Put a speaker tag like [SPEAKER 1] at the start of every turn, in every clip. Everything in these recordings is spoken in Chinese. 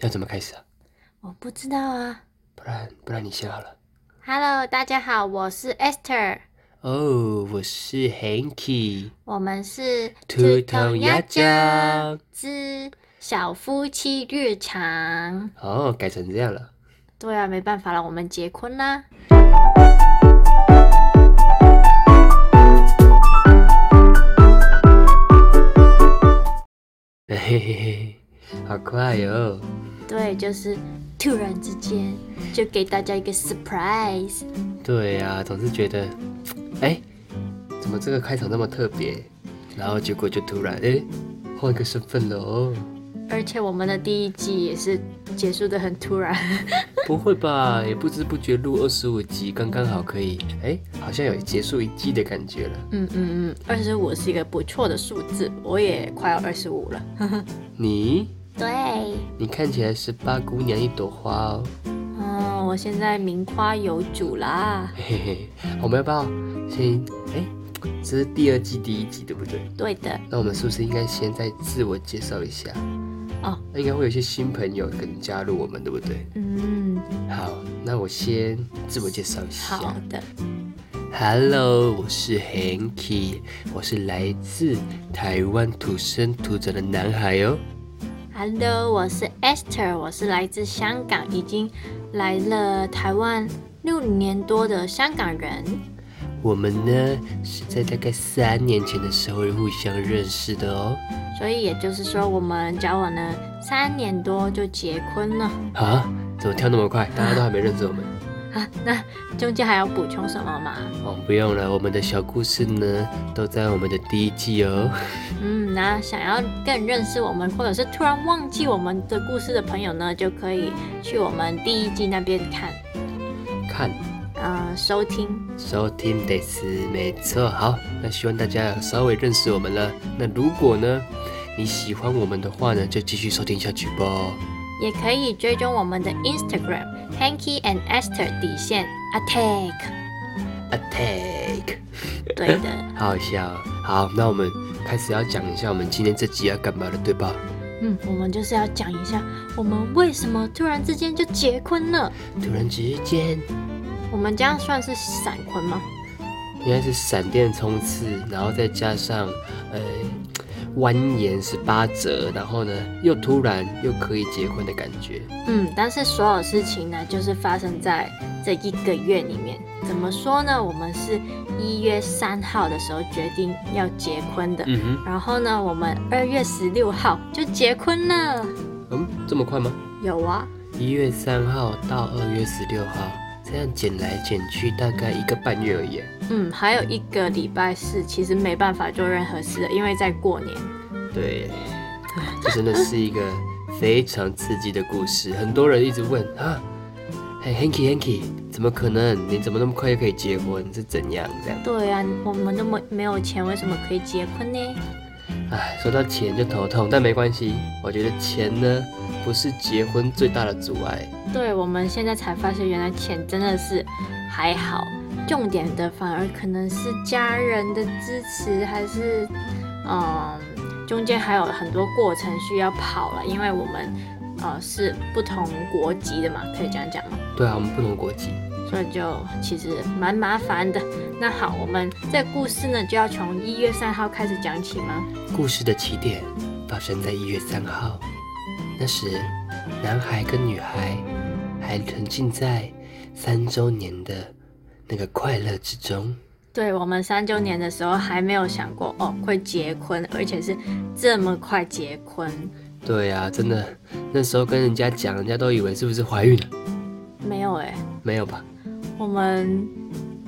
[SPEAKER 1] 要怎么开始啊？
[SPEAKER 2] 我不知道啊。
[SPEAKER 1] 不然不然你先好了。
[SPEAKER 2] Hello，大家好，我是 Esther，
[SPEAKER 1] 哦，我是 Hanky，
[SPEAKER 2] 我们是
[SPEAKER 1] 兔头鸭酱。
[SPEAKER 2] 之小夫妻日常。
[SPEAKER 1] 哦，改成这样了。
[SPEAKER 2] 对啊，没办法了，我们结婚啦。
[SPEAKER 1] 嘿嘿嘿嘿，好快哟、哦！
[SPEAKER 2] 对，就是突然之间就给大家一个 surprise。
[SPEAKER 1] 对呀、总是觉得，哎，怎么这个开场那么特别？然后结果就突然，哎，换个身份了哦。
[SPEAKER 2] 而且我们的第一季也是结束的很突然，
[SPEAKER 1] 不会吧？也不知不觉录二十五集，刚刚好可以，哎，好像有结束一季的感觉了。
[SPEAKER 2] 嗯嗯嗯，二十五是一个不错的数字，我也快要二十五了。
[SPEAKER 1] 你，
[SPEAKER 2] 对，
[SPEAKER 1] 你看起来十八姑娘一朵花哦。
[SPEAKER 2] 嗯，我现在名花有主啦。
[SPEAKER 1] 嘿嘿，我们要不要先，哎，这是第二季第一集对不对？
[SPEAKER 2] 对的，
[SPEAKER 1] 那我们是不是应该先再自我介绍一下？
[SPEAKER 2] 哦，
[SPEAKER 1] 那应该会有一些新朋友可能加入我们，对不对？
[SPEAKER 2] 嗯，
[SPEAKER 1] 好，那我先自我介绍一下。
[SPEAKER 2] 好的，
[SPEAKER 1] Hello，我是 Hanky，我是来自台湾土生土长的男孩哦。
[SPEAKER 2] Hello，我是 Esther，我是来自香港，已经来了台湾六年多的香港人。
[SPEAKER 1] 我们呢是在大概三年前的时候互相认识的哦。
[SPEAKER 2] 所以也就是说，我们交往了三年多就结婚了
[SPEAKER 1] 啊，怎么跳那么快？大家都还没认识我们。
[SPEAKER 2] 啊。那中间还要补充什么吗？
[SPEAKER 1] 哦，不用了，我们的小故事呢都在我们的第一季哦。
[SPEAKER 2] 嗯，那想要更认识我们，或者是突然忘记我们的故事的朋友呢，就可以去我们第一季那边看，
[SPEAKER 1] 看
[SPEAKER 2] 呃，收听。
[SPEAKER 1] 收听得是没错。好，那希望大家有稍微认识我们了。那如果呢你喜欢我们的话呢，就继续收听下去吧。
[SPEAKER 2] 也可以追踪我们的 Instagram Hanky and Esther 底线 Attack。
[SPEAKER 1] Attack，
[SPEAKER 2] 对的，
[SPEAKER 1] 好笑哦。好，那我们开始要讲一下我们今天这集要干嘛了，对吧？
[SPEAKER 2] 嗯，我们就是要讲一下我们为什么突然之间就结婚了。
[SPEAKER 1] 突然之间，
[SPEAKER 2] 我们这样算是闪婚吗？
[SPEAKER 1] 应该是闪电冲刺，然后再加上呃蜿蜒十八折，然后呢又突然又可以结婚的感觉。
[SPEAKER 2] 嗯，但是所有事情呢，就是发生在这一个月里面。怎么说呢？我们是一月三号的时候决定要结婚的，
[SPEAKER 1] 嗯哼，
[SPEAKER 2] 然后呢，我们二月十六号就结婚了。
[SPEAKER 1] 嗯，这么快吗？
[SPEAKER 2] 有啊，
[SPEAKER 1] 一月三号到二月十六号，这样减来减去大概一个半月而已。
[SPEAKER 2] 嗯，还有一个礼拜是其实没办法做任何事的，因为在过年。
[SPEAKER 1] 对，这真的是一个非常刺激的故事。很多人一直问 啊，嘿 Hanky Hanky，怎么可能？你怎么那么快就可以结婚？是怎样这样？
[SPEAKER 2] 对啊，我们那么没有钱，为什么可以结婚呢？
[SPEAKER 1] 唉，说到钱就头痛，但没关系，我觉得钱呢不是结婚最大的阻碍。
[SPEAKER 2] 对，我们现在才发现，原来钱真的是还好，重点的反而可能是家人的支持，还是嗯，中间还有很多过程需要跑了，因为我们呃是不同国籍的嘛，可以这样讲吗？
[SPEAKER 1] 对啊，我们不同国籍，
[SPEAKER 2] 所以就其实蛮麻烦的。那好，我们这个故事呢就要从一月三号开始讲起吗？
[SPEAKER 1] 故事的起点发生在一月三号，那时男孩跟女孩还沉浸在三周年的那个快乐之中。
[SPEAKER 2] 对我们三周年的时候还没有想过哦会结婚，而且是这么快结婚。
[SPEAKER 1] 对啊，真的，那时候跟人家讲，人家都以为是不是怀孕了？
[SPEAKER 2] 没有哎、
[SPEAKER 1] 没有吧？
[SPEAKER 2] 我们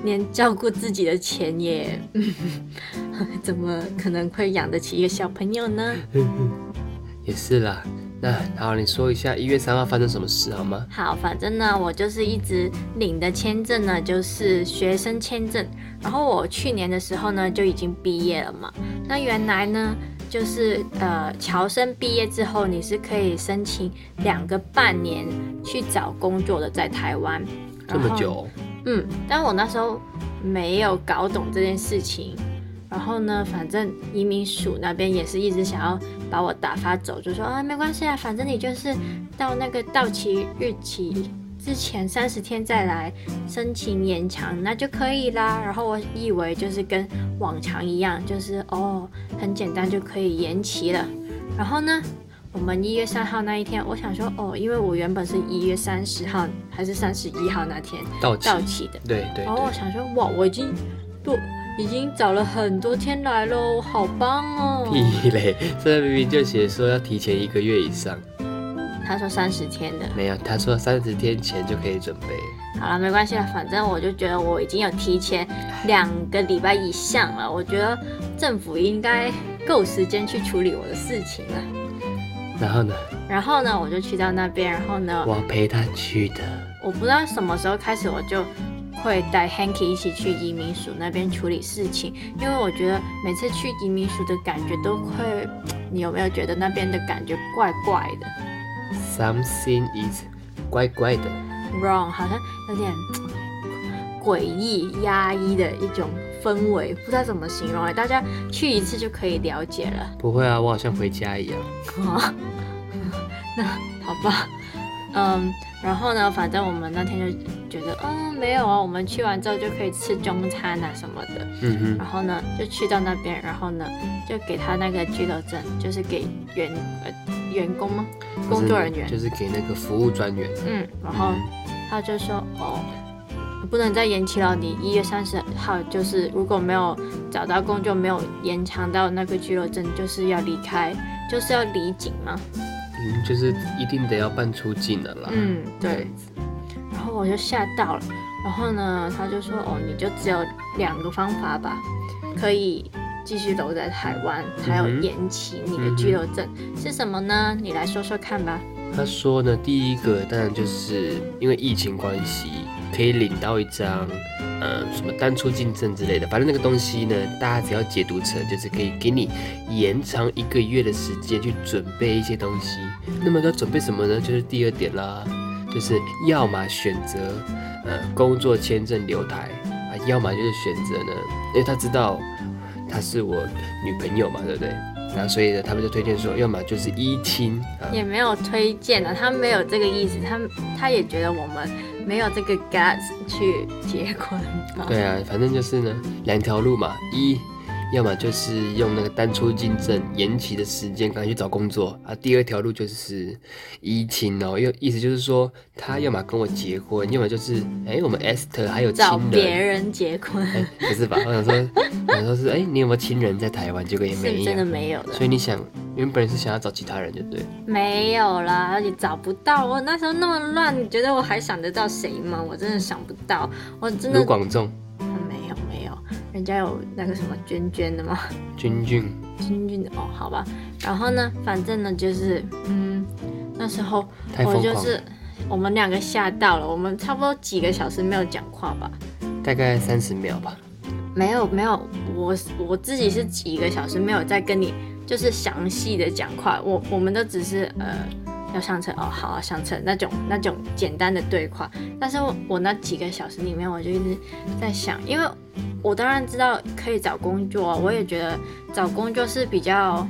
[SPEAKER 2] 连照顾自己的钱也， 怎么可能会养得起一个小朋友呢？
[SPEAKER 1] 也是啦。那好，你说一下一月三号发生什么事好吗？
[SPEAKER 2] 好，反正呢，我就是一直领的签证呢，就是学生签证。然后我去年的时候呢，就已经毕业了嘛。那原来呢，就是呃，侨生毕业之后，你是可以申请两个半年去找工作的，在台湾。
[SPEAKER 1] 这么久，哦
[SPEAKER 2] 嗯，但我那时候没有搞懂这件事情，然后呢，反正移民署那边也是一直想要把我打发走，就说啊没关系啊，反正你就是到那个到期日期之前三十天再来申请延长，那就可以啦。然后我以为就是跟往常一样，就是哦很简单就可以延期了。然后呢，我们一月三号那一天，我想说哦，因为我原本是一月三十号还是三十一号那天
[SPEAKER 1] 到期，
[SPEAKER 2] 到期的，
[SPEAKER 1] 对对
[SPEAKER 2] 然后我
[SPEAKER 1] 对，
[SPEAKER 2] 想说，哇，我已经多已经找了很多天来喽，好棒哦！
[SPEAKER 1] 屁嘞，这明明就写说要提前一个月以上，
[SPEAKER 2] 他说三十天的，
[SPEAKER 1] 没有，他说三十天前就可以准备。
[SPEAKER 2] 好了，没关系了，反正我就觉得我已经有提前两个礼拜以上了，我觉得政府应该够时间去处理我的事情了。
[SPEAKER 1] 然后呢，
[SPEAKER 2] 然后呢，我就去到那边，然后呢，
[SPEAKER 1] 我陪他去的。
[SPEAKER 2] 我不知道什么时候开始，我就会带 Hanky 一起去移民署那边处理事情，因为我觉得每次去移民署的感觉都会，你有没有觉得那边的感觉怪怪的
[SPEAKER 1] Something is 怪怪的，
[SPEAKER 2] ？Wrong，好像有点诡异、压抑的一种氛围，不知道怎么形容哎，大家去一次就可以了解了。
[SPEAKER 1] 不会啊，我好像回家一样。
[SPEAKER 2] 啊，那好吧，嗯，然后呢，反正我们那天就觉得，嗯，没有啊，我们去完之后就可以吃中餐啊什么的。
[SPEAKER 1] 嗯
[SPEAKER 2] 然后呢，就去到那边，然后呢，就给他那个居留证，就是给员呃员工吗？
[SPEAKER 1] 哼，
[SPEAKER 2] 工作人员。
[SPEAKER 1] 就是就是给那个服务专员。
[SPEAKER 2] 嗯，然后他就说，哦，不能再延期了，你一月三十号就是如果没有找到工作，没有延长到那个居留证，就是要离开，就是要离境嘛。
[SPEAKER 1] 嗯，就是一定得要办出境的啦。
[SPEAKER 2] 嗯，
[SPEAKER 1] 这
[SPEAKER 2] 对
[SPEAKER 1] 样。子，
[SPEAKER 2] 然后我就吓到了，然后呢，他就说，哦，你就只有两个方法吧，
[SPEAKER 1] 嗯
[SPEAKER 2] 可以继续留在台湾，还有
[SPEAKER 1] 嗯哼
[SPEAKER 2] 延期你的居留证、
[SPEAKER 1] 嗯
[SPEAKER 2] 是什么呢？你来说说看吧。
[SPEAKER 1] 他说呢，第一个当然就是因为疫情关系，可以领到一张，呃，什么单出境证之类的，反正那个东西呢，大家只要解读成就是可以给你延长一个月的时间去准备一些东西。那么要准备什么呢？就是第二点啦，就是要么选择呃工作签证留台啊，要么就是选择呢，因为他知道她是我女朋友嘛，对不对？然后所以呢，他们就推荐说，要么就是一亲啊，
[SPEAKER 2] 也没有推荐啊，他没有这个意思，他他也觉得我们没有这个 guts 去结婚嘛。
[SPEAKER 1] 对啊，反正就是呢，两条路嘛，一，要么就是用那个单出境证延期的时间，赶快去找工作啊。第二条路就是移情哦，又意思就是说，
[SPEAKER 2] 嗯
[SPEAKER 1] 他要么跟我结婚，要么就是哎、我们 Esther 还有亲
[SPEAKER 2] 找别
[SPEAKER 1] 人，
[SPEAKER 2] 人结婚
[SPEAKER 1] 哎、不是吧？我想说，我想说是哎、你有没有亲人在台湾？结果也哎没
[SPEAKER 2] 是真
[SPEAKER 1] 有。
[SPEAKER 2] 的没有的
[SPEAKER 1] 所，以你想，原本是想要找其他人，就对了。
[SPEAKER 2] 没有啦，而且找不到。我那时候那么乱，你觉得我还想得到谁吗？我真的想不到，我真的
[SPEAKER 1] 卢广仲、
[SPEAKER 2] 没有没有，人家有那个什么娟娟的吗？
[SPEAKER 1] 君君，
[SPEAKER 2] 君君的哦，好吧。然后呢，反正呢就是，嗯，那时候
[SPEAKER 1] 太
[SPEAKER 2] 我
[SPEAKER 1] 疯
[SPEAKER 2] 就
[SPEAKER 1] 狂了，
[SPEAKER 2] 是我们两个吓到了，我们差不多几个小时没有讲话吧。
[SPEAKER 1] 大概三十秒吧。
[SPEAKER 2] 没有没有，我我自己是几个小时没有再跟你就是详细的讲话，我我们都只是呃要上车哦，好、啊、上车那种那种简单的对话。但是我我那几个小时里面，我就一直在想，因为我当然知道可以找工作，啊我也觉得找工作是比较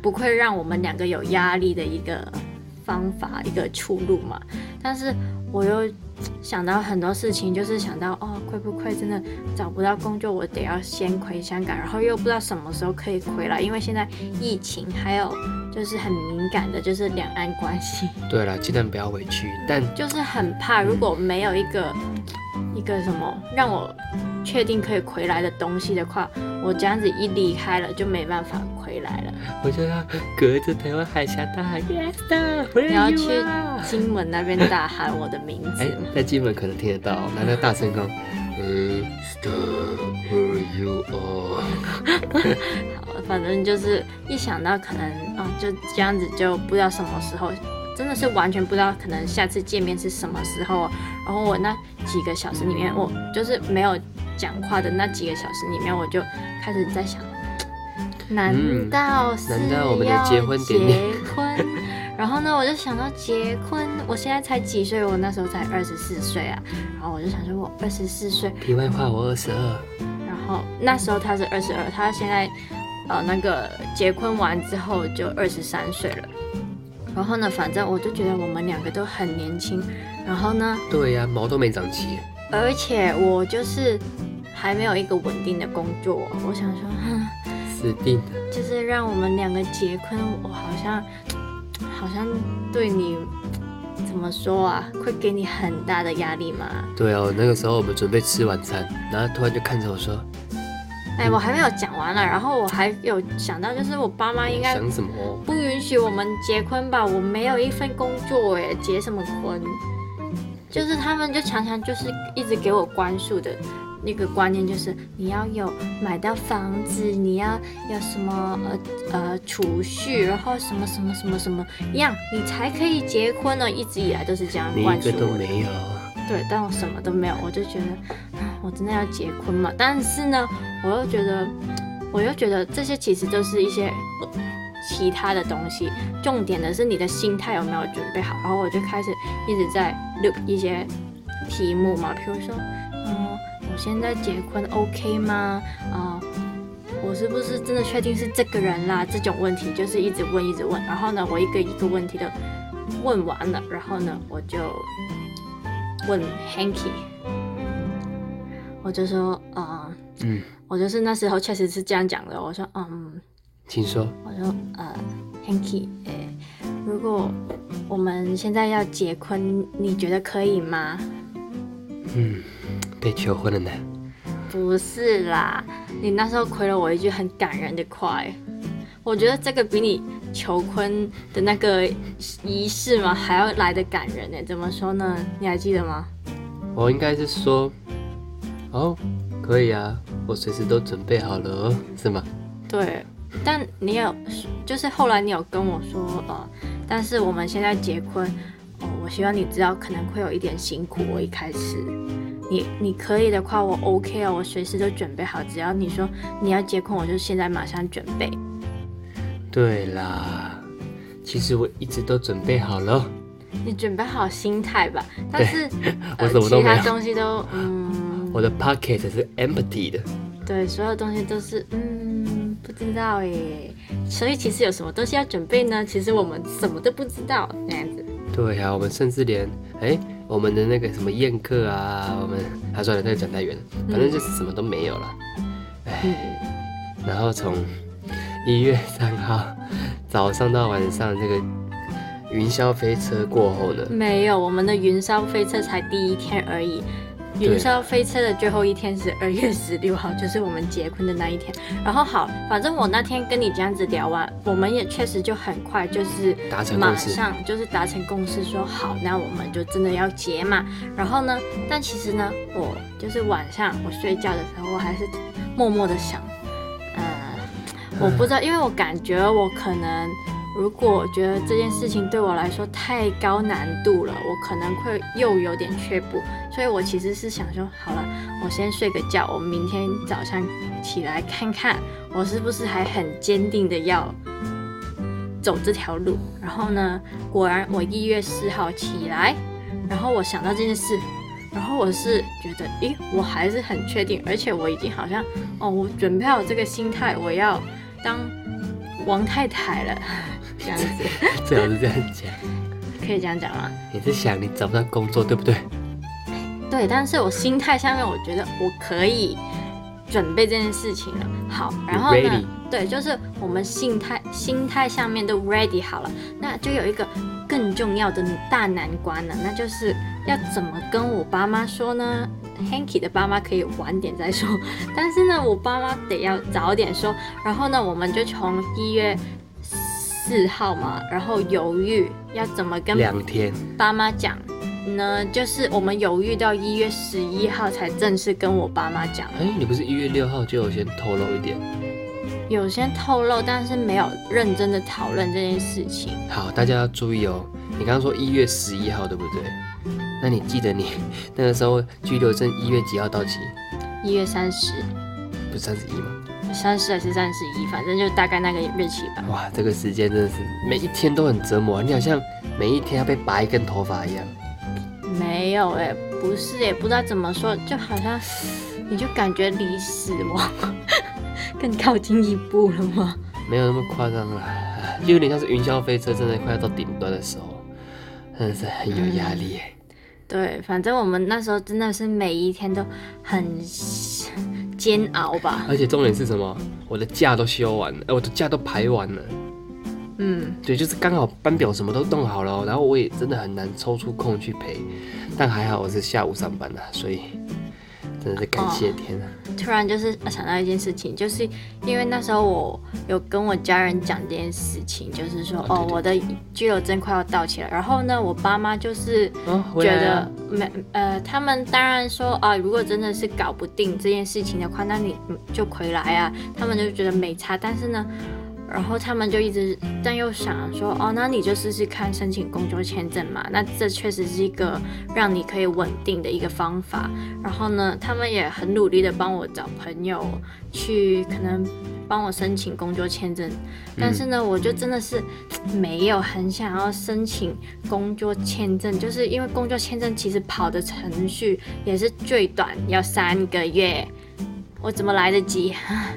[SPEAKER 2] 不会让我们两个有压力的一个方法一个出路嘛。但是我又想到很多事情，就是想到哦，会不会真的找不到工作，我得要先回香港，然后又不知道什么时候可以回来，因为现在疫情还有就是很敏感的，就是两岸关系，
[SPEAKER 1] 对了，尽量不要回去，但
[SPEAKER 2] 就是很怕如果没有一个一个什么让我确定可以回来的东西的话，我这样子一离开了就没办法回来了。
[SPEAKER 1] 我就要隔着台湾海峡大喊 Yes sir，where
[SPEAKER 2] 你要
[SPEAKER 1] you
[SPEAKER 2] 去
[SPEAKER 1] are？
[SPEAKER 2] 金门那边大喊我的名字
[SPEAKER 1] 哎，在金门可能听得到，拿那个大声公，嗯，Star，where you 哦 are？
[SPEAKER 2] 反正就是一想到可能啊、就这样子就不知道什么时候，真的是完全不知道可能下次见面是什么时候。然后我那几个小时里面，我就是没有讲话的那几个小时里面，我就开始 在想，难道是
[SPEAKER 1] 难道我们的结婚典礼
[SPEAKER 2] 要结婚然后呢，我就想到结婚，我现在才几岁？我那时候才二十四岁啊。然后我就想说，我二十四岁，
[SPEAKER 1] 题外话，我二十二，
[SPEAKER 2] 然后那时候他是二十二，他现在呃那个结婚完之后就二十三岁了。然后呢，反正我就觉得我们两个都很年轻。然后呢，
[SPEAKER 1] 对呀、毛都没长齐。
[SPEAKER 2] 而且我就是还没有一个稳定的工作，我想说，哼，
[SPEAKER 1] 死定了！
[SPEAKER 2] 就是让我们两个结婚，我好像好像对你怎么说啊，会给你很大的压力嘛。
[SPEAKER 1] 对哦，那个时候我们准备吃晚餐，然后突然就看着我说
[SPEAKER 2] 哎，我还没有讲完了，然后我还有想到，就是我爸：“妈应该
[SPEAKER 1] 想什么
[SPEAKER 2] 不允许我们结婚吧？我没有一份工作哎，结什么婚？就是他们就常常就是一直给我灌输的那个观念，就是你要有买到房子，你要有什么呃呃储蓄，然后什么什么什么什么样，你才可以结婚呢？一直以来都是这样？”
[SPEAKER 1] 你
[SPEAKER 2] 灌
[SPEAKER 1] 一
[SPEAKER 2] 输
[SPEAKER 1] 个都
[SPEAKER 2] 我的。
[SPEAKER 1] 没有。
[SPEAKER 2] 对，但我什么都没有，我就觉得啊，我真的要结婚嘛？但是呢，我又觉得，我又觉得这些其实都是一些呃其他的东西，重点的是你的心态有没有准备好。然后我就开始一直在 look 一些题目嘛，比如说，嗯，我现在结婚 OK 吗？啊、我是不是真的确定是这个人啦？这种问题就是一直问，一直问。然后呢，我一个一个问题的问完了，然后呢，我就问 Hanky，我就说，呃，
[SPEAKER 1] 嗯，
[SPEAKER 2] 我就是那时候确实是这样讲的。我说，嗯，
[SPEAKER 1] 请说。
[SPEAKER 2] 我说，呃，Hanky，诶、如果我们现在要结婚，你觉得可以吗？
[SPEAKER 1] 嗯，被求婚了呢。
[SPEAKER 2] 不是啦，你那时候回了我一句很感人的话，欸我觉得这个比你求婚的那个仪式嘛还要来的感人呢、怎么说呢？你还记得吗？
[SPEAKER 1] 我应该是说，哦，可以啊，我随时都准备好了哦，是吗？
[SPEAKER 2] 对，但你有，就是后来你有跟我说，呃，但是我们现在结婚，哦、我希望你知道可能会有一点辛苦。我一开始，你你可以的话，我 OK 哦，我随时都准备好，只要你说你要结婚，我就现在马上准备。
[SPEAKER 1] 对啦，其实我一直都准备好了。
[SPEAKER 2] 你准备好心态吧，但
[SPEAKER 1] 对
[SPEAKER 2] 是
[SPEAKER 1] 我
[SPEAKER 2] 呃
[SPEAKER 1] 什么都
[SPEAKER 2] 其他
[SPEAKER 1] 没有
[SPEAKER 2] 东西都嗯，
[SPEAKER 1] 我的 pocket 是 empty 的，
[SPEAKER 2] 对，所有东西都是嗯不知道耶，所以其实有什么东西要准备呢？其实我们什么都不知道那样子。
[SPEAKER 1] 对啊，我们甚至连哎、我们的那个什么宴客啊，我们啊算了，那个讲太远了，反正就是什么都没有了。
[SPEAKER 2] 嗯，
[SPEAKER 1] 然后从一月三号早上到晚上，这个云霄飞车过后呢，
[SPEAKER 2] 没有，我们的云霄飞车才第一天而已。
[SPEAKER 1] 对
[SPEAKER 2] 云
[SPEAKER 1] 啊
[SPEAKER 2] 霄飞车的最后一天是二月十六号，就是我们结婚的那一天。然后好，反正我那天跟你这样子聊完，我们也确实就很快就是
[SPEAKER 1] 达成
[SPEAKER 2] 马
[SPEAKER 1] 共识，
[SPEAKER 2] 上就是达成共识说好，那我们就真的要结嘛。然后呢，但其实呢，我就是晚上我睡觉的时候，我还是默默的想，呃，我不知道，因为我感觉我可能如果觉得这件事情对我来说太高难度了，我可能会又有点却步，所以我其实是想说，好了，我先睡个觉，我明天早上起来看看我是不是还很坚定的要走这条路。然后呢，果然我一月四号起来，然后我想到这件事，然后我是觉得，咦，我还是很确定，而且我已经好像哦，我准备好这个心态，我要当王太太了， 这样子
[SPEAKER 1] 最好是这样讲。
[SPEAKER 2] 可以这样讲吗？
[SPEAKER 1] 你是想你找不到工作对不对？
[SPEAKER 2] 对，但是我心态上面，我觉得我可以准备这件事情了。好，然后
[SPEAKER 1] You're
[SPEAKER 2] 呢
[SPEAKER 1] ready？，
[SPEAKER 2] 对，就是我们心态心态上面都 ready 好了，那就有一个更重要的大难关了，那就是要怎么跟我爸妈说呢？Hanky 的爸妈可以晚点再说， 但是呢，我爸妈得要早点说。然后呢，我们就从一月四号嘛，然后犹豫要怎么跟
[SPEAKER 1] 两天，
[SPEAKER 2] 爸妈讲呢，就是我们犹豫到一月十一号才正式跟我爸妈讲，
[SPEAKER 1] 哎、你不是一月六号就有先透露一点？
[SPEAKER 2] 有些透露，但是没有认真的讨论这件事情。
[SPEAKER 1] 好，大家要注意哦。你刚刚说一月十一号对不对？那你记得你 那个时候居留证一月几号到期？
[SPEAKER 2] 一月三十、
[SPEAKER 1] 不是三十一吗？
[SPEAKER 2] 三十还是三十一，反正就大概那个日期吧。
[SPEAKER 1] 哇，这个时间真的是每一天都很折磨，啊你好像每一天要被拔一根头发一样。
[SPEAKER 2] 欸没有哎、不是哎、不知道怎么说，就好像你就感觉离死亡 更靠近一步了吗？
[SPEAKER 1] 没有那么夸张啦， 唉就有点像是云霄飞车真的快要到顶端的时候，真的是很有压力耶。
[SPEAKER 2] 对，反正我们那时候真的是每一天都很 煎熬吧。
[SPEAKER 1] 而且重点是什么？我的假都休完了，哎，我的假都排完了，
[SPEAKER 2] 嗯，
[SPEAKER 1] 对，就是刚好班表什么都弄好了哦，然后我也真的很难抽出空去陪，但还好我是下午上班的，啊所以真的是感
[SPEAKER 2] 哦
[SPEAKER 1] 谢天啊！
[SPEAKER 2] 突然就是呃想到一件事情，就是因为那时候我有跟我家人讲这件事情，就是说
[SPEAKER 1] 哦
[SPEAKER 2] 哦，我的
[SPEAKER 1] 对
[SPEAKER 2] 居留证快要到期了。然后呢，我爸妈就是
[SPEAKER 1] 哦回
[SPEAKER 2] 觉
[SPEAKER 1] 来
[SPEAKER 2] 得
[SPEAKER 1] 了
[SPEAKER 2] 没呃，他们当然说啊，如果真的是搞不定这件事情的话，那你嗯就回来啊。他们就觉得没差，但是呢，然后他们就一直但又想说哦，那你就试试看申请工作签证嘛。那这确实是一个让你可以稳定的一个方法。然后呢，他们也很努力的帮我找朋友去可能帮我申请工作签证，但是呢，我就真的是没有很想要申请工作签证，就是因为工作签证其实跑的程序也是最短要三个月，我怎么来得及？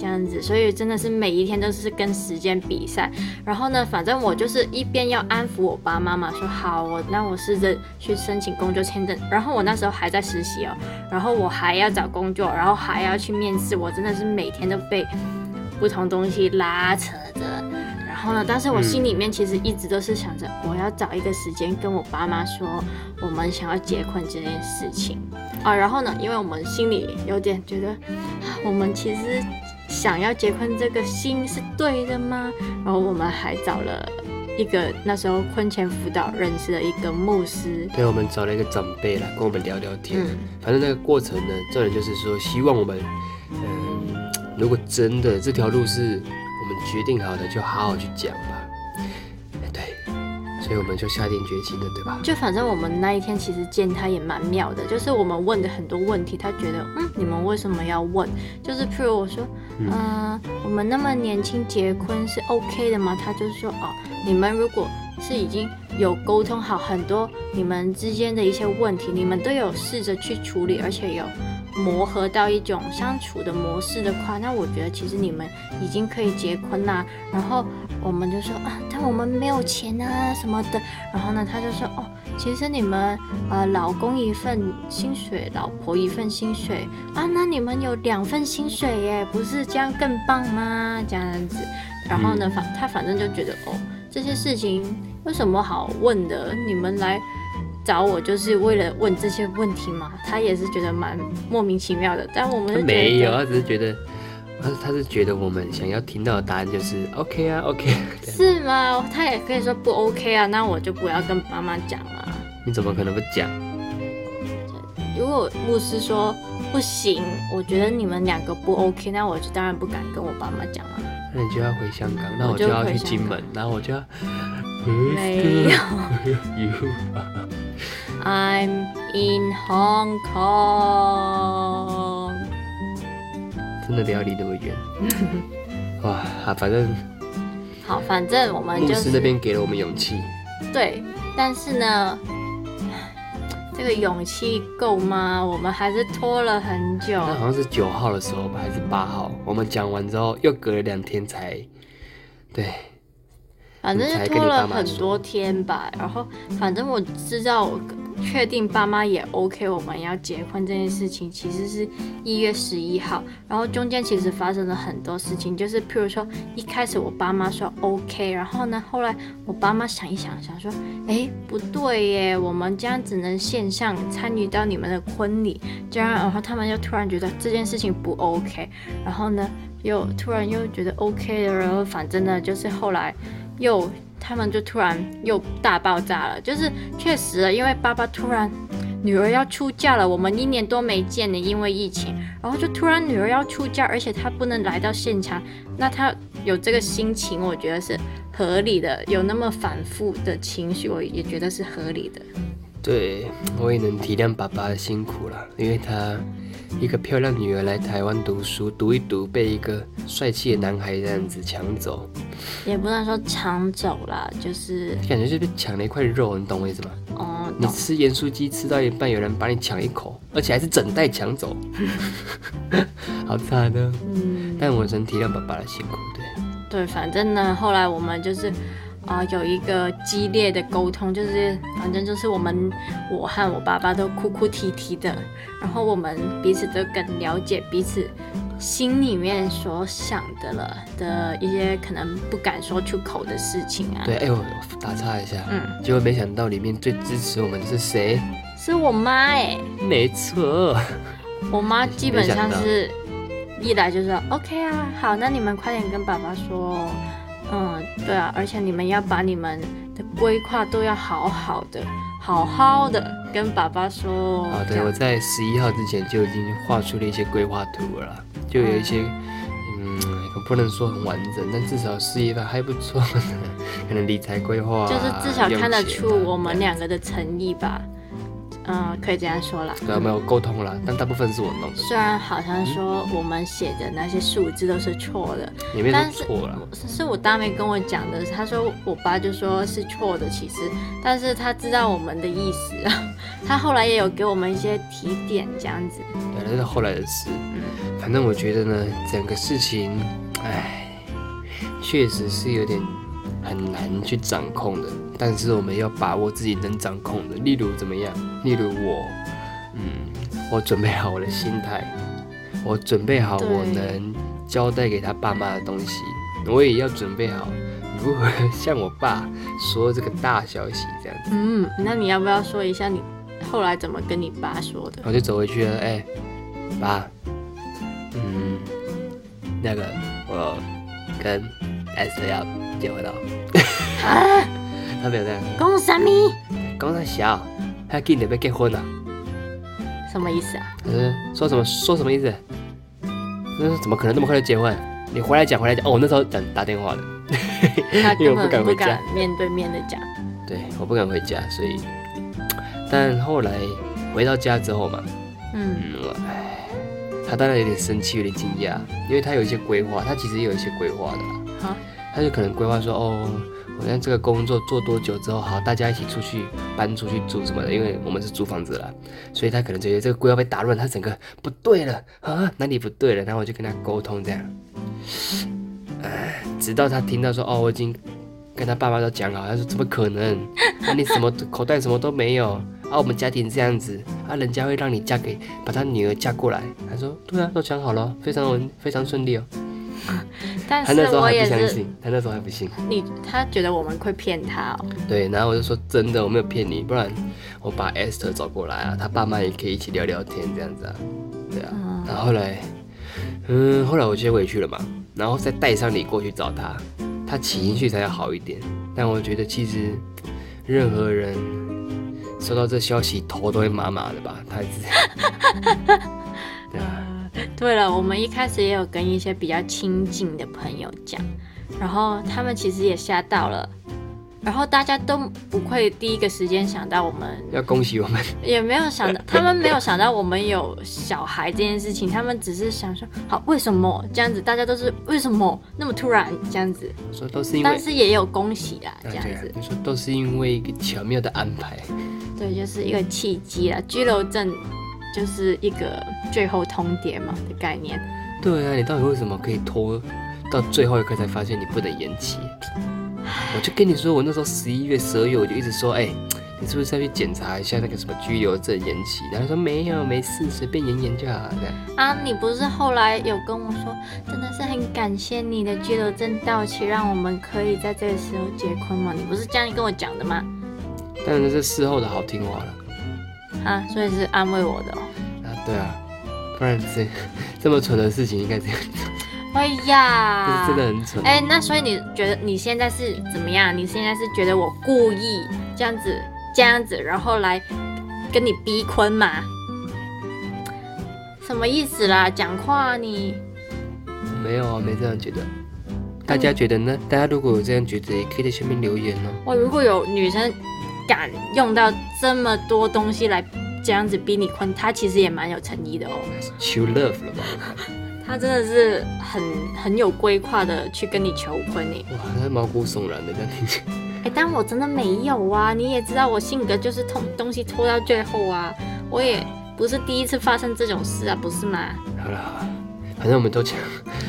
[SPEAKER 2] 这样子，所以真的是每一天都是跟时间比赛。然后呢，反正我就是一边要安抚我爸妈嘛，说好我那我试着去申请工作签证。然后我那时候还在实习哦，然后我还要找工作，然后还要去面试，我真的是每天都被不同东西拉扯着。然后呢，但是我心里面其实一直都是想着，我要找一个时间跟我爸妈说我们想要结婚这件事情啊。然后呢，因为我们心里有点觉得， 啊我们其实想要结婚这个心是对的吗？然后我们还找了一个那时候婚前辅导认识的一个牧师，
[SPEAKER 1] 对我们找了一个长辈来跟我们聊聊天。
[SPEAKER 2] 嗯
[SPEAKER 1] 反正那个过程呢，重点就是说，希望我们，嗯，如果真的这条路是我们决定好的，就好好去讲吧。哎对，所以我们就下定决心了，对吧？
[SPEAKER 2] 就反正我们那一天其实见他也蛮妙的，就是我们问的很多问题，他觉得嗯，你们为什么要问？就是譬如我说，嗯、我们那么年轻结婚是 OK 的吗？他就说哦，你们如果是已经有沟通好很多你们之间的一些问题，你们都有试着去处理，而且有磨合到一种相处的模式的话，那我觉得其实你们已经可以结婚啦。然后我们就说啊，但我们没有钱啊什么的。然后呢，他就说哦，其实你们呃，老公一份薪水，老婆一份薪水啊，那你们有两份薪水耶，不是这样更棒吗？这样子。然后
[SPEAKER 1] 嗯
[SPEAKER 2] 呢，反他反正就觉得哦，这些事情有什么好问的？你们来找我就是为了问这些问题嘛？他也是觉得蛮莫名其妙的，但我们
[SPEAKER 1] 他
[SPEAKER 2] 就觉得
[SPEAKER 1] 没有，他只是觉得，他他是觉得我们想要听到的答案就是 OK 啊 OK 啊。这样
[SPEAKER 2] 是吗？他也可以说不 OK 啊，那我就不要跟妈妈讲了。
[SPEAKER 1] 你怎么可能不讲？
[SPEAKER 2] 如果牧师说不行，我觉得你们两个不 OK，那我就当然不敢跟我爸妈讲啊了。
[SPEAKER 1] 那你就要回香港，那
[SPEAKER 2] 我
[SPEAKER 1] 我
[SPEAKER 2] 就
[SPEAKER 1] 就要
[SPEAKER 2] 回
[SPEAKER 1] 去
[SPEAKER 2] 香
[SPEAKER 1] 金
[SPEAKER 2] 港
[SPEAKER 1] 门，然后我就要。
[SPEAKER 2] 没有 I'm in Hong Kong。
[SPEAKER 1] 真的不要离那么远。哇啊，反正
[SPEAKER 2] 好，反正我们
[SPEAKER 1] 牧
[SPEAKER 2] 就
[SPEAKER 1] 师
[SPEAKER 2] 是
[SPEAKER 1] 那边给了我们勇气。
[SPEAKER 2] 对，但是呢，这个勇气够吗？我们还是拖了很久。
[SPEAKER 1] 那好像是九号的时候吧，还是八号？我们讲完之后，又隔了两天才，对，
[SPEAKER 2] 反正
[SPEAKER 1] 你才
[SPEAKER 2] 就
[SPEAKER 1] 跟你
[SPEAKER 2] 拖了
[SPEAKER 1] 爸妈
[SPEAKER 2] 很
[SPEAKER 1] 说
[SPEAKER 2] 多天吧。然后反正我知道，我确定爸妈也 OK，我们要结婚这件事情其实是一月十一号。然后中间其实发生了很多事情，就是譬如说一开始我爸妈说 OK，然后呢后来我爸妈想一想，想说，哎不对耶，我们这样只能线上参与到你们的婚礼，这样然后他们就突然觉得这件事情不 OK，然后呢又突然又觉得 OK 了，然后反正呢就是后来又他们就突然又大爆炸了，就是确实了，因为爸爸突然女儿要出嫁了，我们一年多没见了，因为疫情，然后就突然女儿要出嫁，而且她不能来到现场，那她有这个心情，我觉得是合理的，有那么反复的情绪，我也觉得是合理的。
[SPEAKER 1] 对，我也能体谅爸爸的辛苦了，因为他一个漂亮女儿来台湾读书，读一读被一个帅气的男孩这样子抢走，
[SPEAKER 2] 也不能说抢走啦，就是
[SPEAKER 1] 感觉是被抢了一块肉，你懂我意思吗？
[SPEAKER 2] 哦、我
[SPEAKER 1] 你
[SPEAKER 2] 懂。
[SPEAKER 1] 吃盐酥鸡吃到一半，有人把你抢一口，而且还是整袋抢走， 好惨呢。
[SPEAKER 2] 嗯，啊
[SPEAKER 1] 但我真体谅爸爸的辛苦，对。
[SPEAKER 2] 对，反正呢，后来我们就是啊、呃有一个激烈的沟通，就是反正就是我们我和我爸爸都哭哭啼啼的，然后我们彼此都更了解彼此心里面所想的了的一些可能不敢说出口的事情啊。
[SPEAKER 1] 对，哎、我我打岔一下，
[SPEAKER 2] 嗯，
[SPEAKER 1] 结果没想到里面最支持我们的是谁？
[SPEAKER 2] 是我妈哎、
[SPEAKER 1] 没错，
[SPEAKER 2] 我妈基本上是一来就说 OK 啊，好，那你们快点跟爸爸说，嗯，对啊，而且你们要把你们的规划都要好好的、好好的跟爸爸说。哦
[SPEAKER 1] 啊，
[SPEAKER 2] 这
[SPEAKER 1] 对，
[SPEAKER 2] 样
[SPEAKER 1] 我在十一号之前就已经画出了一些规划图了啦，就有一些，嗯，不能说很完整，但至少是一个还不错的， 可能理财规划啊、
[SPEAKER 2] 就是至少看得出
[SPEAKER 1] 用钱啊
[SPEAKER 2] 我们两个的诚意吧，嗯，可以这样说啦。
[SPEAKER 1] 对，我们啊有沟通了，但大部分是我弄的，
[SPEAKER 2] 虽然好像说我们写的那些数字都是错的，
[SPEAKER 1] 也没说
[SPEAKER 2] 但是
[SPEAKER 1] 错了。
[SPEAKER 2] 是是我大妹跟我讲的，她说我爸就说是错的，其实，但是他知道我们的意思，他后来也有给我们一些提点，这样子。
[SPEAKER 1] 对，那是后来的事。反正我觉得呢，整个事情，唉，确实是有点很难去掌控的。但是我们要把握自己能掌控的，例如怎么样？例如我，嗯，我准备好我的心态，我准备好
[SPEAKER 2] 对
[SPEAKER 1] 我能交代给他爸妈的东西，我也要准备好如何 向我爸说这个大消息，这样子。
[SPEAKER 2] 嗯，那你要不要说一下你后来怎么跟你爸说的？
[SPEAKER 1] 我就走回去了，哎、爸，嗯，那个我跟 S 要结婚了，
[SPEAKER 2] 啊，
[SPEAKER 1] 他没有这样，
[SPEAKER 2] 公什么？
[SPEAKER 1] 刚才小，他跟你们结婚了，啊
[SPEAKER 2] 什么意思 啊？
[SPEAKER 1] 他说说什么说什么意思？那是怎么可能那么快就结婚？你回来讲回来讲哦，我那时候打打电话的，
[SPEAKER 2] 他
[SPEAKER 1] 因为
[SPEAKER 2] 根
[SPEAKER 1] 我不敢
[SPEAKER 2] 本不
[SPEAKER 1] 回家
[SPEAKER 2] 敢面对面的讲。
[SPEAKER 1] 对，我不敢回家，所以，但后来回到家之后嘛，
[SPEAKER 2] 嗯，
[SPEAKER 1] 嗯，哎，他当然有点生气，有点惊讶，因为他有一些规划，他其实也有一些规划的啦。
[SPEAKER 2] 嗯好，
[SPEAKER 1] 他就可能规划说，哦，我在这个工作做多久之后，好，大家一起出去搬出去住什么的，因为我们是租房子啦，所以他可能觉得这个规划被打乱，他整个不对了啊，哪里不对了？然后我就跟他沟通这样，哎，直到他听到说，哦，我已经跟他爸妈都讲好，他说怎么可能？那、你什么口袋什么都没有啊？我们家庭这样子啊，人家会让你嫁给把他女儿嫁过来？他说对啊，都讲好了，非常稳，非常顺利哦。
[SPEAKER 2] 但
[SPEAKER 1] 他
[SPEAKER 2] 是
[SPEAKER 1] 那时候
[SPEAKER 2] 我
[SPEAKER 1] 还
[SPEAKER 2] 也
[SPEAKER 1] 不相
[SPEAKER 2] 是
[SPEAKER 1] 信，他那时候还不信。
[SPEAKER 2] 你，他觉得我们会骗他哦。
[SPEAKER 1] 对，然后我就说真的，我没有骗你，不然我把 Esther 找过来啊，他爸妈也可以一起聊聊天这样子啊，对啊。
[SPEAKER 2] 嗯
[SPEAKER 1] 然后后来，嗯，后来我就回去了嘛，然后再带上你过去找他，他情绪才要好一点。但我觉得其实任何人收到这消息头都会麻麻的吧，他自己。对啊，
[SPEAKER 2] 对了，我们一开始也有跟一些比较亲近的朋友讲，然后他们其实也吓到了，然后大家都不会第一个时间想到我们，
[SPEAKER 1] 要恭喜我们，
[SPEAKER 2] 也没有想到他们没有想到我们有小孩这件事情，他们只是想说，好，为什么这样子？大家都是为什么那么突然这样子？
[SPEAKER 1] 说都是因为，
[SPEAKER 2] 但是也有恭喜啦，
[SPEAKER 1] 啊
[SPEAKER 2] 这样
[SPEAKER 1] 对啊
[SPEAKER 2] 子，
[SPEAKER 1] 你说都是因为一个巧妙的安排。嗯
[SPEAKER 2] 对，就是一个契机啦。居留证就是一个最后通牒嘛的概念。
[SPEAKER 1] 对啊，你到底为什么可以拖到最后一刻才发现你不能延期？我就跟你说，我那时候十一月、十二月，我就一直说，哎、你是不是再去检查一下那个什么居留证延期？然后他说没有，没事，随便延延就好了。
[SPEAKER 2] 啊，你不是后来有跟我说，真的是很感谢你的居留证到期，让我们可以在这个时候结婚吗？你不是这样跟我讲的吗？
[SPEAKER 1] 当然这是事后的好听话了
[SPEAKER 2] 啊，所以是安慰我的、哦。
[SPEAKER 1] 啊，对啊，不然这这么蠢的事情应该这样，
[SPEAKER 2] 哎
[SPEAKER 1] 这是
[SPEAKER 2] 呀，
[SPEAKER 1] 真的。很蠢。
[SPEAKER 2] 哎、那所以你觉得你现在是怎么样？你现在是觉得我故意这样子、这样子，然后来跟你逼婚吗？什么意思啦？讲话、啊、你。
[SPEAKER 1] 没有啊，没这样觉得。大家觉得呢？大家如果有这样觉得，也可以在下面留言哦。
[SPEAKER 2] 哇，如果有女生敢用到这么多东西来这样子逼你婚，她其实也蛮有诚意的哦。
[SPEAKER 1] True love 了吧？
[SPEAKER 2] 她真的是很很有规划的去跟你求婚呢。
[SPEAKER 1] 哇，那毛骨悚然的这样听起来。
[SPEAKER 2] 哎，但我真的没有啊！你也知道我性格就是通东西拖到最后啊，我也不是第一次发生这种事啊，不是吗？
[SPEAKER 1] 好了好了，反正我们都讲，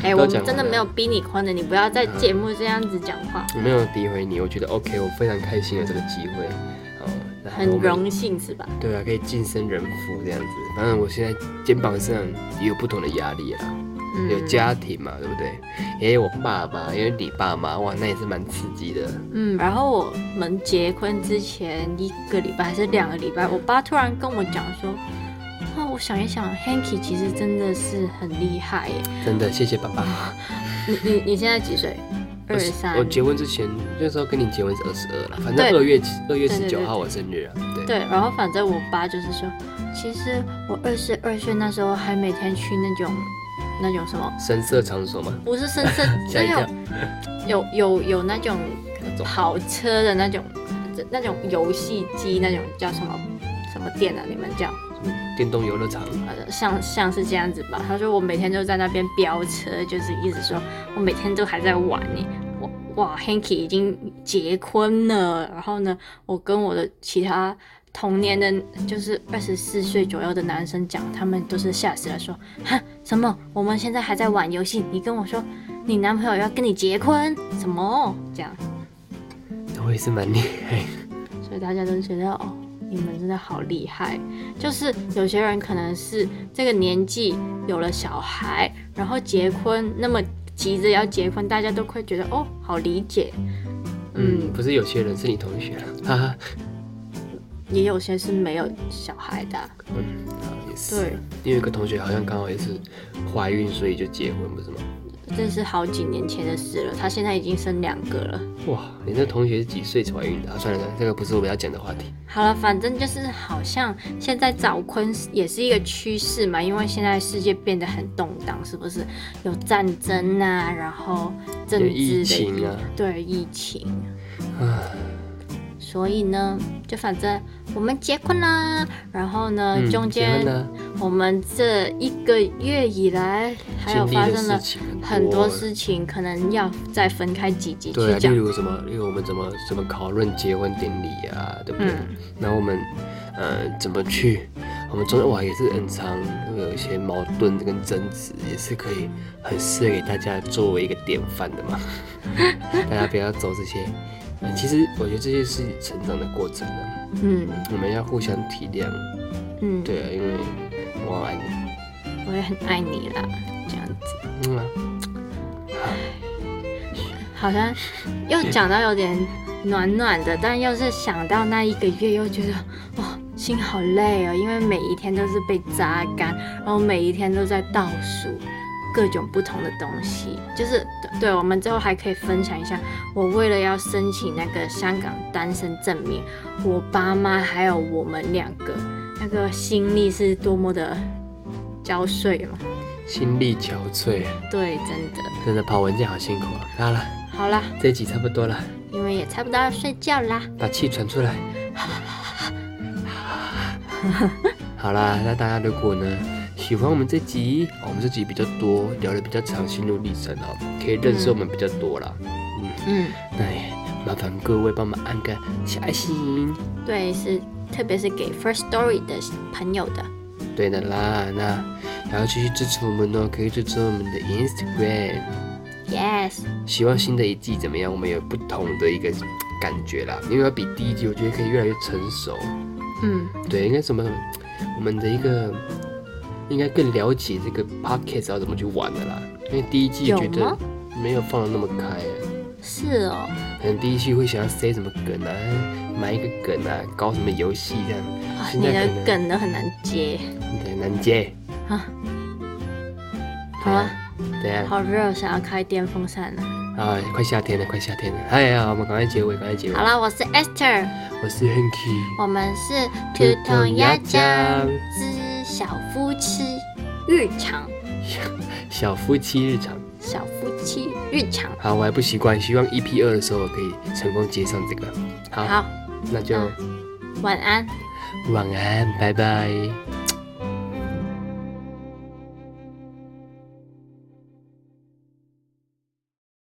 [SPEAKER 2] 哎，
[SPEAKER 1] 都
[SPEAKER 2] 我
[SPEAKER 1] 讲
[SPEAKER 2] 们真的
[SPEAKER 1] 完了
[SPEAKER 2] 没有逼你宽的，你不要在节目这样子讲话，
[SPEAKER 1] 没有诋毁你，我觉得 OK，我非常开心有这个机会，哦，然后
[SPEAKER 2] 很
[SPEAKER 1] 我们
[SPEAKER 2] 荣幸是吧？
[SPEAKER 1] 对啊，可以晋升人夫这样子。反正我现在肩膀上也有不同的压力啦，
[SPEAKER 2] 嗯
[SPEAKER 1] 有家庭嘛，对不对？也有我爸爸，也有你爸妈，哇，那也是蛮刺激的。
[SPEAKER 2] 嗯，然后我们结婚之前一个礼拜还是两个礼拜，我爸突然跟我讲说，哦，我想一想，Hanky 其实真的是很厉害耶。
[SPEAKER 1] 真的，谢谢爸爸。
[SPEAKER 2] 你你你现在几岁？二十三
[SPEAKER 1] 我。结婚之前那时候跟你结婚是二十二了，反正
[SPEAKER 2] 对
[SPEAKER 1] 二月二月
[SPEAKER 2] 对
[SPEAKER 1] 十
[SPEAKER 2] 对
[SPEAKER 1] 九
[SPEAKER 2] 对
[SPEAKER 1] 号我生日啊，对。
[SPEAKER 2] 对，然后反正我爸就是说，其实我二十二岁那时候还每天去那种那种什么，
[SPEAKER 1] 深色场所嘛，
[SPEAKER 2] 不是深圳
[SPEAKER 1] 吓一
[SPEAKER 2] 那
[SPEAKER 1] 跳
[SPEAKER 2] 种有有有那种
[SPEAKER 1] 那种
[SPEAKER 2] 跑车的那种那种游戏机那种叫什么什么店啊？你们叫？
[SPEAKER 1] 电动游乐场，
[SPEAKER 2] 呃，像像是这样子吧。他说我每天都在那边飙车，就是意思说我每天都还在玩呢。我哇，Hanky 已经结婚了，然后呢，我跟我的其他同年的，就是二十四岁左右的男生讲，他们都是吓死了，说哈什么？我们现在还在玩游戏，你跟我说你男朋友要跟你结婚，什么这样？
[SPEAKER 1] 我也是蛮厉害的。
[SPEAKER 2] 所以大家都觉得哦，你们真的好厉害。就是有些人可能是这个年纪有了小孩，然后结婚，那么急着要结婚，大家都会觉得哦，好理解。
[SPEAKER 1] 嗯，
[SPEAKER 2] 嗯，
[SPEAKER 1] 不是有些人是你同学啦，啊哈哈，
[SPEAKER 2] 也有些是没有小孩的啊，
[SPEAKER 1] 嗯，好也是。
[SPEAKER 2] 对，
[SPEAKER 1] 你有一个同学好像刚好也是怀孕，所以就结婚，不是吗？
[SPEAKER 2] 这是好几年前的事了。他现在已经生两个了。
[SPEAKER 1] 哇，你那同学是几岁怀孕的？啊，算了算了，这个不是我们要讲的话题。
[SPEAKER 2] 好了，反正就是好像现在早婚也是一个趋势嘛，因为现在世界变得很动荡，是不是？有战争啊，然后政治
[SPEAKER 1] 有
[SPEAKER 2] 的
[SPEAKER 1] 疫情啊
[SPEAKER 2] 对疫情，
[SPEAKER 1] 啊，
[SPEAKER 2] 所以呢，就反正我们结婚啦，然后呢，
[SPEAKER 1] 嗯
[SPEAKER 2] 呃中
[SPEAKER 1] 结婚
[SPEAKER 2] 间
[SPEAKER 1] 呢，
[SPEAKER 2] 我们这一个月以来，还有
[SPEAKER 1] 经历
[SPEAKER 2] 发
[SPEAKER 1] 的
[SPEAKER 2] 生了
[SPEAKER 1] 事情
[SPEAKER 2] 很多事情，可能要再分开几集
[SPEAKER 1] 对
[SPEAKER 2] 去
[SPEAKER 1] 啊，例
[SPEAKER 2] 讲。
[SPEAKER 1] 如什么，例如我们怎么怎么讨论结婚典礼啊，对不对？
[SPEAKER 2] 嗯
[SPEAKER 1] 然后我们呃怎么去，我们中间哇也是很长，会有一些矛盾跟争执，也是可以很适合给大家作为一个典范的嘛。大家不要走这些，呃其实我觉得这些是成长的过程啊，
[SPEAKER 2] 嗯
[SPEAKER 1] 我们要互相体谅。
[SPEAKER 2] 嗯，
[SPEAKER 1] 对啊，因为我爱你。
[SPEAKER 2] 我也很爱你啦，这样子。
[SPEAKER 1] 嗯、啊，
[SPEAKER 2] 好像又讲到有点暖暖的，但又是想到那一个月，又觉得哇，心好累哦，因为每一天都是被榨干，然后每一天都在倒数各种不同的东西。就是对，我们之后还可以分享一下，我为了要申请那个香港单身证明，我爸妈还有我们两个那个心力是多么的交瘁嘛。
[SPEAKER 1] 心力憔悴，
[SPEAKER 2] 对，真的。
[SPEAKER 1] 真的跑文件好辛苦啊。好了，
[SPEAKER 2] 好啦，
[SPEAKER 1] 这一集差不多了，
[SPEAKER 2] 因为也差不多要睡觉啦。
[SPEAKER 1] 把气喘出来。 好啦，那大家如果呢喜欢我们这集、哦我们这集比较多，聊的比较长，心路历程哦，可以认识我们比较多啦。嗯，
[SPEAKER 2] 嗯。
[SPEAKER 1] 那也麻烦各位帮忙按个小爱心。
[SPEAKER 2] 对，是特别是给 First Story 的朋友的。
[SPEAKER 1] 对的啦，那还要继续支持我们哦，可以支持我们的 Instagram。
[SPEAKER 2] Yes，
[SPEAKER 1] 希望新的一季怎么样？我们有不同的一个感觉啦，因为要比第一季，我觉得可以越来越成熟。
[SPEAKER 2] 嗯，
[SPEAKER 1] 对，应该怎么，我们的一个应该更了解这个 podcast 要怎么去玩的啦。因为第一季
[SPEAKER 2] 有
[SPEAKER 1] 觉得
[SPEAKER 2] 吗
[SPEAKER 1] 没有放的那么开、啊
[SPEAKER 2] 是哦，
[SPEAKER 1] 可能第一季会想要塞什么梗啊，埋一个梗啊，搞什么游戏这样。
[SPEAKER 2] 啊、
[SPEAKER 1] 现
[SPEAKER 2] 你
[SPEAKER 1] 在
[SPEAKER 2] 的
[SPEAKER 1] 可能
[SPEAKER 2] 梗都很难接
[SPEAKER 1] 很难接。
[SPEAKER 2] 啊。好了，
[SPEAKER 1] 对啊，
[SPEAKER 2] 好热，想要开电风扇了。
[SPEAKER 1] 啊，快夏天了，快夏天了。哎呀，我们赶快结尾，赶快结尾
[SPEAKER 2] 好。了，我是 Esther，
[SPEAKER 1] 我是 Hanky，
[SPEAKER 2] 我们是
[SPEAKER 1] 兔
[SPEAKER 2] 土
[SPEAKER 1] 头
[SPEAKER 2] 桶
[SPEAKER 1] 鸭
[SPEAKER 2] 鸭
[SPEAKER 1] 酱
[SPEAKER 2] 酱之小夫妻日常，
[SPEAKER 1] 小夫妻日常。
[SPEAKER 2] 小夫妻日常。
[SPEAKER 1] 好，我还不习惯，希望 EP 二的时候我可以成功接上这个。好，
[SPEAKER 2] 好，
[SPEAKER 1] 那就
[SPEAKER 2] 晚安。
[SPEAKER 1] 晚安，拜拜。